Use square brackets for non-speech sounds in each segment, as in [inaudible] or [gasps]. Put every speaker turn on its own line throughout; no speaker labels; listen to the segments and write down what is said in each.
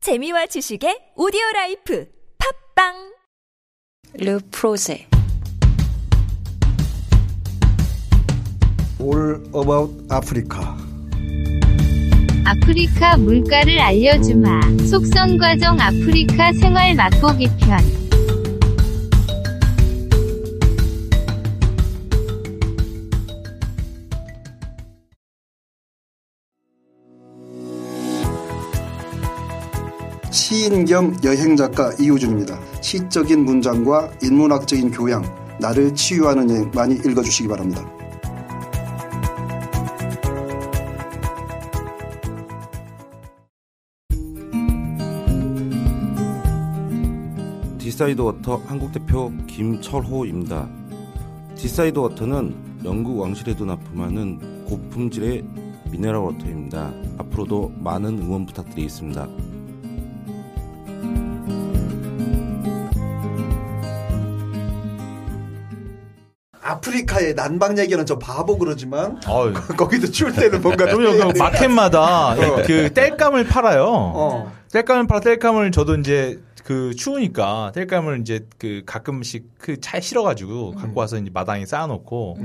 재미와 지식의 오디오 라이프 팝빵
르 프로제
All About Africa.
아프리카 물가를 알려주마. 속성과정 아프리카 생활 맛보기 편.
시인 겸 여행 작가 이우준입니다. 시적인 문장과 인문학적인 교양, 나를 치유하는 여행 많이 읽어주시기 바랍니다.
디사이드 워터 한국 대표 김철호입니다. 디사이드 워터는 영국 왕실에도 납품하는 고품질의 미네랄 워터입니다. 앞으로도 많은 응원 부탁드리겠습니다.
아프리카의 난방 얘기는 좀 바보 그러지만 [laughs]
아유.
거기도 추울 때는 뭔가
좀 약간
해야
마켓마다 그 땔감을 팔아요.
어.
땔감을 팔아 땔감을 저도 이제 그 추우니까 땔감을 이제 그 가끔씩 그 차에 실어가지고 갖고 와서 이제 마당에 쌓아놓고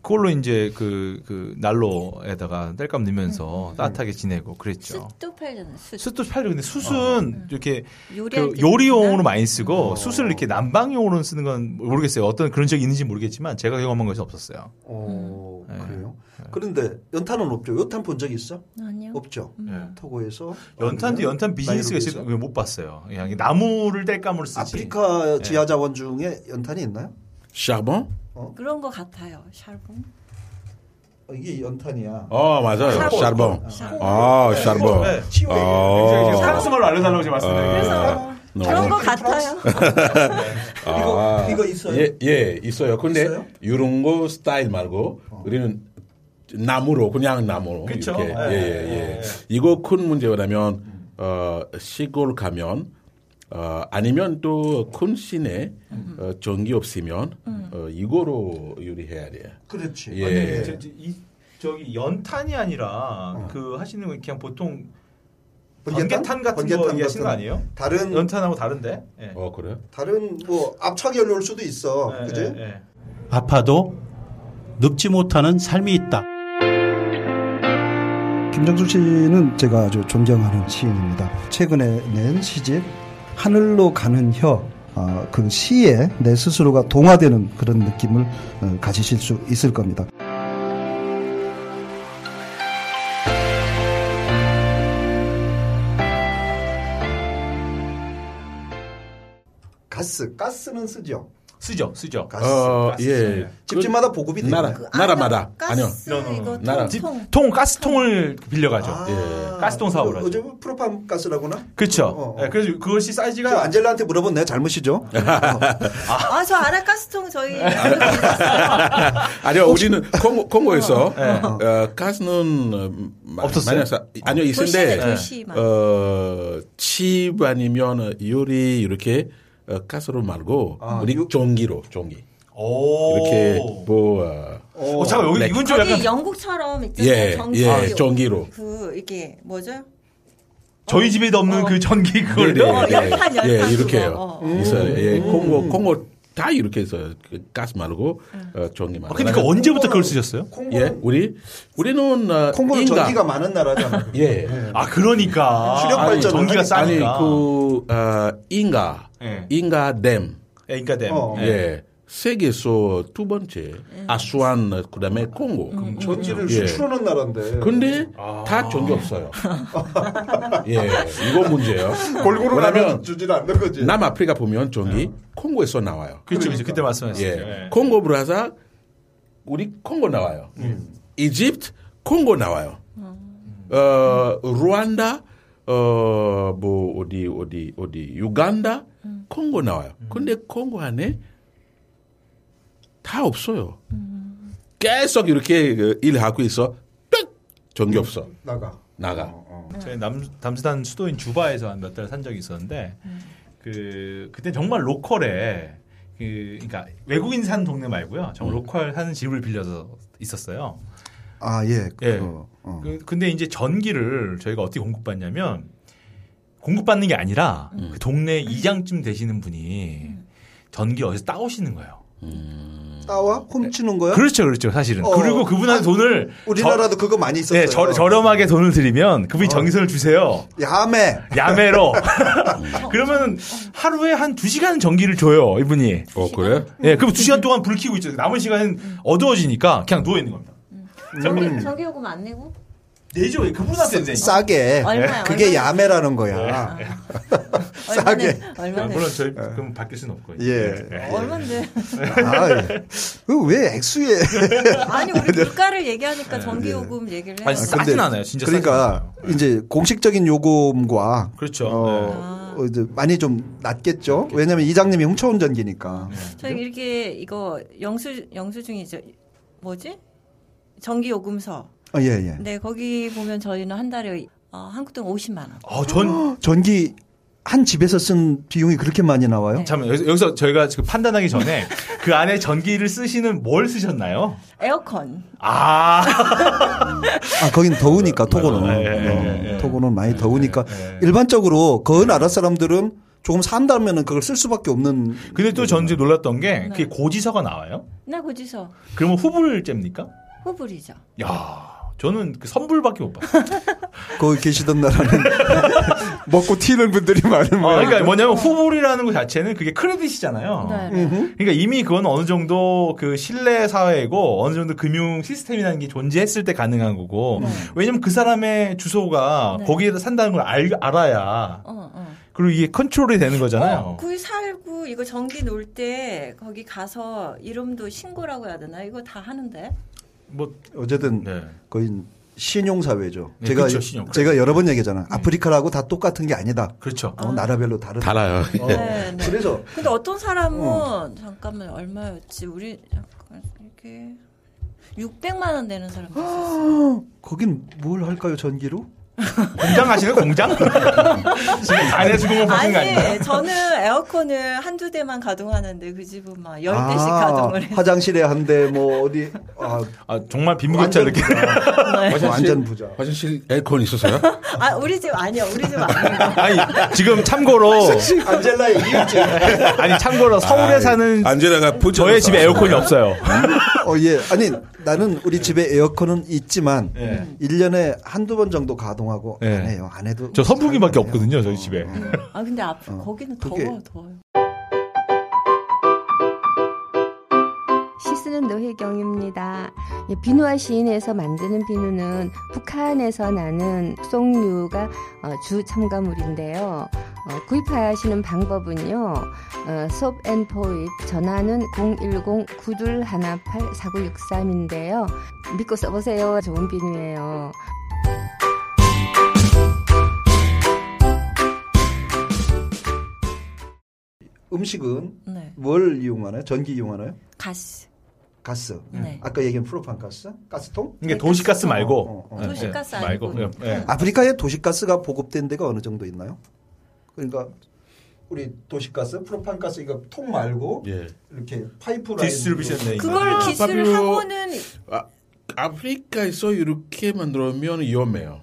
그걸로 이제 그, 그 난로에다가 땔감 넣으면서 따뜻하게 지내고 그랬죠.
숯도 팔잖아요. 숯.
숯도 팔려 근데 숯은 이렇게
요리할
그
때
요리용으로
쓰나?
많이 쓰고 숯을 이렇게 난방용으로 쓰는 건 모르겠어요. 어떤 그런 적이 있는지 모르겠지만 제가 경험한 것이 없었어요.
어,
네.
그래요. 그런데 연탄은 없죠. 연탄 본 적 있어?
아니요. 음. 네.
없죠.
예.
토고에서
연탄도
아니면
연탄 비즈니스가 있어서
나이로비에서?
그걸 못 봤어요. 그냥 나무를 땔감으로 쓰지. 네.
아프리카 지하 자원 중에 연탄이 있나요?
샤본?
그런 거 같아요. 샤브.
어, 이게 연탄이야.
어 맞아요. 샤본. 아 샤본.
네.
어.
아.
말로 알려달라고 제가
아,
그런 거 같아요.
아.
이거 있어요?
예, 예, 있어요. 근데
있어요?
이런 거 스타일 말고 우리는 나무로 그냥 나무로
그쵸?
이렇게
네.
예예예. 이거 큰 문제라면 어, 시골 가면 어, 아니면 또 큰 시내 어, 전기 없으면 어, 이거로 요리해야 돼요.
그렇지.
예.
아니, 저, 저, 이, 저기 연탄이 아니라
어.
그 하시는 건 그냥 보통 번개탄 같은 거 얘기하시는 거 아니에요?
다른
연탄하고 다른데. 예.
어 그래요?
다른 뭐 압착 연료일 수도 있어.
예,
그지?
예, 예.
아파도 늙지 못하는 삶이 있다.
김정수 씨는 제가 아주 존경하는 시인입니다. 최근에 낸 시집 하늘로 가는 혀. 아, 그 시에 내 스스로가 동화되는 그런 느낌을 어, 가지실 수 있을 겁니다.
가스. 가스는 쓰죠.
쓰죠, 쓰죠.
가스.
어
가스
예.
그
집집마다 보급이 되나요?
나라 나라마다
가스
아니요.
이거
나랑
집-
통.
통 가스통을 빌려가죠.
예.
가스통 사업을
그,
하죠.
어제 프로판 가스라고나?
그렇죠.
아. 어, 어.
예, 그래서 그것이
저
사이즈가
안젤라한테 물어본 내 잘못이죠.
예.
아, 저 아라 가스통 저희
아니요, 우리는 콩고, 콩고에서 어, 가스는 어, 마-
없었어요?
많이 없어. 아니요, 있는데
도시네, 도시만.
어, 집 아니면 요리 이렇게 어, 가스로 말고 우리 전기로 전기
오.
이렇게 뭐 어,
어, 잠깐 여기
네.
이건 좀 약간
거기 영국처럼 있잖아요.
예,
전기.
예, 전기로.
그 이게 뭐죠?
저희 집에도 없는
어.
그 전기 그걸
네, 네,
어,
네.
열판, 열판
예,
그거.
이렇게요.
어.
있어요. 예, 콩고, 콩고 다 이렇게 있어요. 그 가스 말고 어, 전기
아,
말고.
그러니까 언제부터 그걸 쓰셨어요?
콩고.
예, 우리 우리는 어,
콩고는
인간.
전기가 네. 많은
[laughs]
나라잖아.
예.
아 그러니까
수력
아니,
발전을
전기가
하니까.
아니
싸니까.
그 어, 인가
예.
인가 댐
예, 그러니까 댐.
어.
예.
예. 세계에서 두 번째 아수안 예. 그다음에 콩고
그렇죠.
전기를
예.
수출하는 아. 나라인데.
그
근데 다
[laughs]
전기 없어요 예 이거 문제예요
골고루
왜냐면
나면 주질 않는 예. 거지.
남아프리카 보면 전기 콩고에서 나와요
그렇죠, 그렇죠. 그때 말씀하셨죠.
네.
예 콩고 브라자 우리 콩고 나와요 이집트 콩고 나와요 어 루안다 어 뭐 어디 어디 어디 유간다 콩고 나와요. 근데 콩고 안에 다 없어요. 계속 이렇게 그 일하고 있어. 빽 전기 없어
나가.
나가.
저희 남, 담수단 수도인 주바에서 한 몇 달 산 적이 있었는데 그 그때 정말 로컬에 그 그러니까 외국인 산 동네 말고요.
음.
정말 로컬 사는 집을 빌려서 있었어요. 그,
아, 예. 어.
예. 그, 근데 이제 전기를 저희가 어떻게 공급받냐면 공급받는 게 아니라
음.
그 동네 이장쯤 되시는 분이 전기 어디서 따오시는 거예요.
따와 훔치는 거야?
그 그렇죠, 그렇죠, 사실은.
어.
그리고 그분한테 돈을
우리나라도 그거 많이
저,
있었어요. 어.
네, 저, 저렴하게 돈을 드리면 그분이 전기세를 주세요.
야매.
야매로. [laughs] 그러면 하루에 한 두 시간 전기를 줘요, 이분이.
어 그래?
예, 그럼 두 시간 동안 불 켜고 있죠. 남은 시간은 어두워지니까 그냥 누워 있는 겁니다.
전기, 전기요금 안 내고?
내죠, 그분한테 이제. 예.
싸게.
얼마야,
그게
얼마야?
야매라는 거야. 싸게.
아,
얼마네?
물론 저희 그럼 바뀔 수는 없고.
예.
얼마인데?
아, 그왜 액수에.
아니 우리 물가를 얘기하니까 전기요금 얘기를 해.
아니, 싸- 싸진 않아요, 진짜 싸진
그러니까 이제 공식적인 요금과
그렇죠.
어, 어, 이제 많이 좀 낮겠죠. 네. 왜냐면 이장님이 훔쳐온 전기니까.
저희 이렇게 이거 영수 영수 증이죠. 뭐지? 전기요금서.
어, 예, 예.
네 거기 보면 저희는 한 달에 어, 한국 돈 50만 원.
어, 전
전기 한 집에서 쓴 비용이 그렇게 많이 나와요?
잠깐만 여기서, 여기서 저희가 지금 판단하기 전에 그 안에 전기를 쓰시는 뭘 쓰셨나요?
에어컨.
아,
아, 거긴 더우니까 토고는.
예, 예, 예, 예.
어, 토고는 많이 더우니까 일반적으로 그 나라 사람들은 조금 산다면은 그걸 쓸 수밖에 없는
근데 또 전 지금 놀랐던 게 그게 고지서가 나와요?
나 고지서
그러면 후불 잽니까?
후불이죠.
야, 저는 그 선불밖에 못 봤어요.
거기 계시던 나라는 [laughs] 먹고 튀는 분들이 많은
아, 그러니까 뭐냐면 후불이라는 것 자체는 그게 크레딧이잖아요.
네.
그러니까 이미 그건 어느 정도 그 신뢰 사회고 어느 정도 금융 시스템이라는 게 존재했을 때 가능한 거고
네.
왜냐면 그 사람의 주소가 거기에다 산다는 걸 알, 알아야
어, 어.
그리고 이게 컨트롤이 되는 거잖아요.
구이 살고 이거 전기 놀 때 거기 가서 이름도 신고라고 해야 되나? 이거 다 하는데.
뭐
어쨌든
네.
거의 신용 사회죠.
네,
제가
그쵸, 신용. 음.
제가 여러 번 얘기잖아요. 아프리카라고 다 똑같은 게 아니다.
그렇죠.
어, 나라별로 다르다.
달아요.
어,
네, 네.
그래서 [gasps]
근데 어떤 사람은 잠깐만 얼마였지? 우리 잠깐 이렇게 600만 원 내는 사람 있었어요.
거긴 뭘 할까요 전기로?
공장
[laughs]
하시는 공장? 지금 안에 수공업 하신 네, 거 아닌가요?
아니, 저는 에어컨을 한두 대만 가동하는데 그 집은 막 열대씩
아,
가동을 해서
화장실에 한 대 뭐 어디 아,
아, 정말 빈부격차
완전
느낌.
네.
부자. 뭐 완전 부자.
화장실 에어컨 있었어요?
아, 우리 집 아니야. 우리 집 아니야.
[laughs] [laughs] 아니 지금 참고로
안젤라의 이웃집.
아니 참고로 서울에 사는
안젤라가 부
저의 집에 에어컨이 없어요.
어, 예. 아니, 나는 우리 집에 에어컨은 있지만,
예.
일년에 한두 번 정도 가동하고,
예.
안 해요. 안 해도.
저 선풍기밖에
안 해요. 어, 예.
없거든요 저희 집에.
아, 근데 앞 거기는
그게-
더워, 더워요.
시 쓰는 노혜경입니다. 예, 비누와 시인에서 만드는 비누는 북한에서 나는 송류가 어, 주 첨가물인데요. 어, 구입하시는 방법은요. 어, 솝앤포입 전화는 010-9218-4963인데요. 믿고 써보세요. 좋은 비누예요.
음식은
네.
뭘 이용하나요? 전기 이용하나요?
가스.
가스. 음.
네.
아까 얘기한 프로판 가스? 가스통?
이게 도시가스 말고
어, 어,
어. 도시가스
예,
아니고.
예.
아프리카에 도시가스가 보급된 데가 어느 정도 있나요? 그러니까, 우리 도시가스, 프로판 가스, 이거 통 말고,
예.
이렇게 파이프라인.
디스트리뷰션 네임.
그걸 기술을
바비오-
하고는
아, 아프리카에서 이렇게 만들면 위험해요.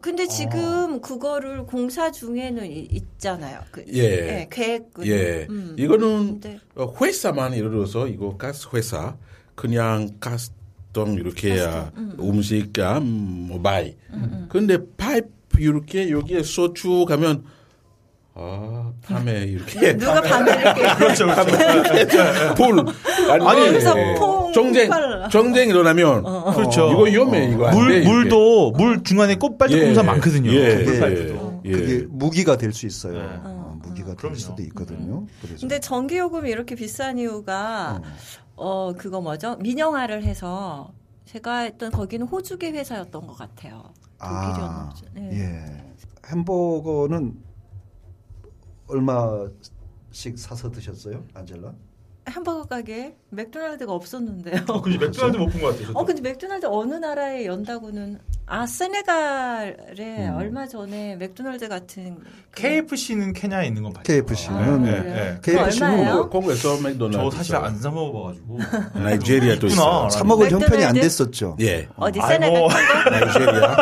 근데 지금 그거를 공사 중에는 이- 있잖아요. 그,
예.
계획은.
예.
음.
이거는
근데-
어, 회사만 예를 들어서 이거 가스 회사 그냥 가스통 이렇게 아, 음식 아, 음, 모바일. 근데 파이프 이렇게 여기에 소주 가면 아 밤에 이렇게
예, 누가 밤에 이렇게
그렇죠. 그렇죠.
[laughs] 불 예.
아니, 거기서 퐁
정쟁
폭발.
정쟁 일어나면
그렇죠.
이거 위험해 이거 안 돼,
물
이렇게.
물도 물 중간에 꽃발톱
예.
공사 많거든요.
예.
꽃발톱도.
예.
그게 무기가 될 수 있어요.
네.
어, 무기가 될
그럼요. 음.
수도 있거든요. 그래서.
아, 근데 전기요금이 이렇게 비싼 이유가 어 그거 뭐죠? 민영화를 해서 제가 했던 거기는 호주계 회사였던 것 같아요. 독일이었나 보죠. 네.
예. 햄버거는 얼마씩 사서 드셨어요, 안젤라?
햄버거 가게 맥도날드가
아,
없었는데요.
그렇죠.
어, 그지 맥도날드 못 본 것 같아요. 저도.
어 근데 맥도날드 어느 나라에 연다고는 아 세네갈에
음.
얼마 전에 맥도날드 같은 그-
KFC는 케냐에 있는 건 봤죠.
KFC는
예,
그래요?
예.
그거
KFC는
얼마예요?
뭐 콩고에서 맥도날드
저 사실 안 사 먹어봐가지고.
나이지리아도
있구나.
있어요.
사 먹을 형편이 안
맥도날드?
됐었죠.
예.
어디
아이고.
세네갈
나이지리아.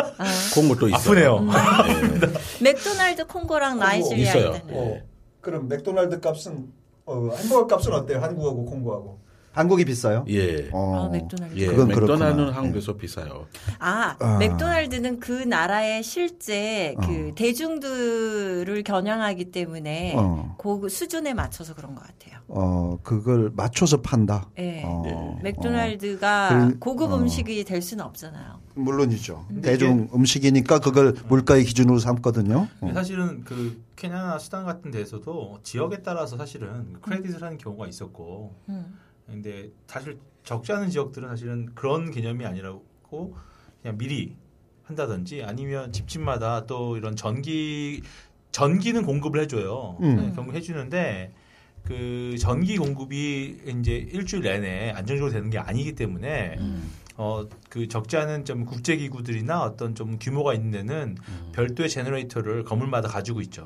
그런 것도 있어요.
아프네요.
음. 맥도날드 콩고랑 나이지리아
있어요.
있잖아요.
예.
그럼 맥도날드 값은 어, 햄버거 값은 어때요? 한국하고 콩고하고.
한국이 비싸요?
예.
어.
아, 맥도날드.
예,
그건
맥도날드는
그렇구나.
한국에서 비싸요.
아,
아.
맥도날드는 그 나라의 실제 그 대중들을 겨냥하기 때문에
어.
그 수준에 맞춰서 그런 것 같아요.
어, 그걸 맞춰서 판다.
예.
어,
네.
맥도날드가
그-
고급
어.
음식이 될 수는 없잖아요.
어, 물론이죠. 대중 음식이니까 그걸 물가의 기준으로 삼거든요. 어.
사실은 그 케냐나 수단 같은 데에서도 지역에 따라서 사실은 크레딧을 하는 경우가 있었고
음.
근데 사실 적지 않은 지역들은 사실은 그런 개념이 아니라고 그냥 미리 한다든지 아니면 집집마다 또 이런 전기 전기는 공급을 해줘요.
음.
네, 공급 해주는데 그 전기 공급이 이제 일주일 내내 안정적으로 되는 게 아니기 때문에 어 그 적지 않은 좀 국제 기구들이나 어떤 좀 규모가 있는 데는 별도의 제너레이터를 건물마다 가지고 있죠.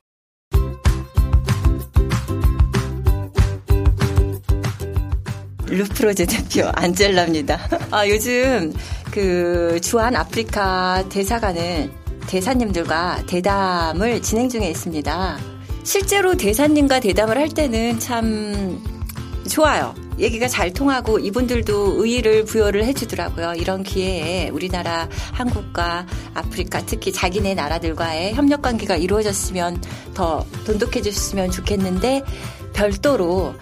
르프로제 대표 안젤라입니다. 아, 요즘 그 주한 아프리카 대사관은 대사님들과 대담을 진행 중에 있습니다. 실제로 대사님과 대담을 할 때는 참 좋아요. 얘기가 잘 통하고 이분들도 의의를 부여를 해주더라고요. 이런 기회에 우리나라, 한국과 아프리카, 특히 자기네 나라들과의 협력 관계가 이루어졌으면 더 돈독해졌으면 좋겠는데 별도로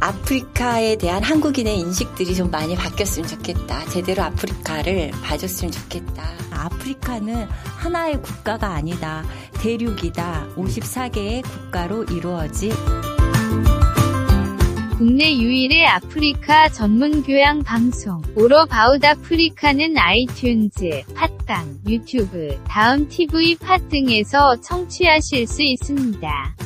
아프리카에 대한 한국인의 인식들이 좀 많이 바뀌었으면 좋겠다. 제대로 아프리카를 봐줬으면 좋겠다. 아프리카는 하나의 국가가 아니다. 대륙이다. 54개의 국가로 이루어진
국내 유일의 아프리카 전문 교양 방송 오로바웃 아프리카는 아이튠즈, 팟빵, 유튜브, 다음 TV 팟 등에서 청취하실 수 있습니다.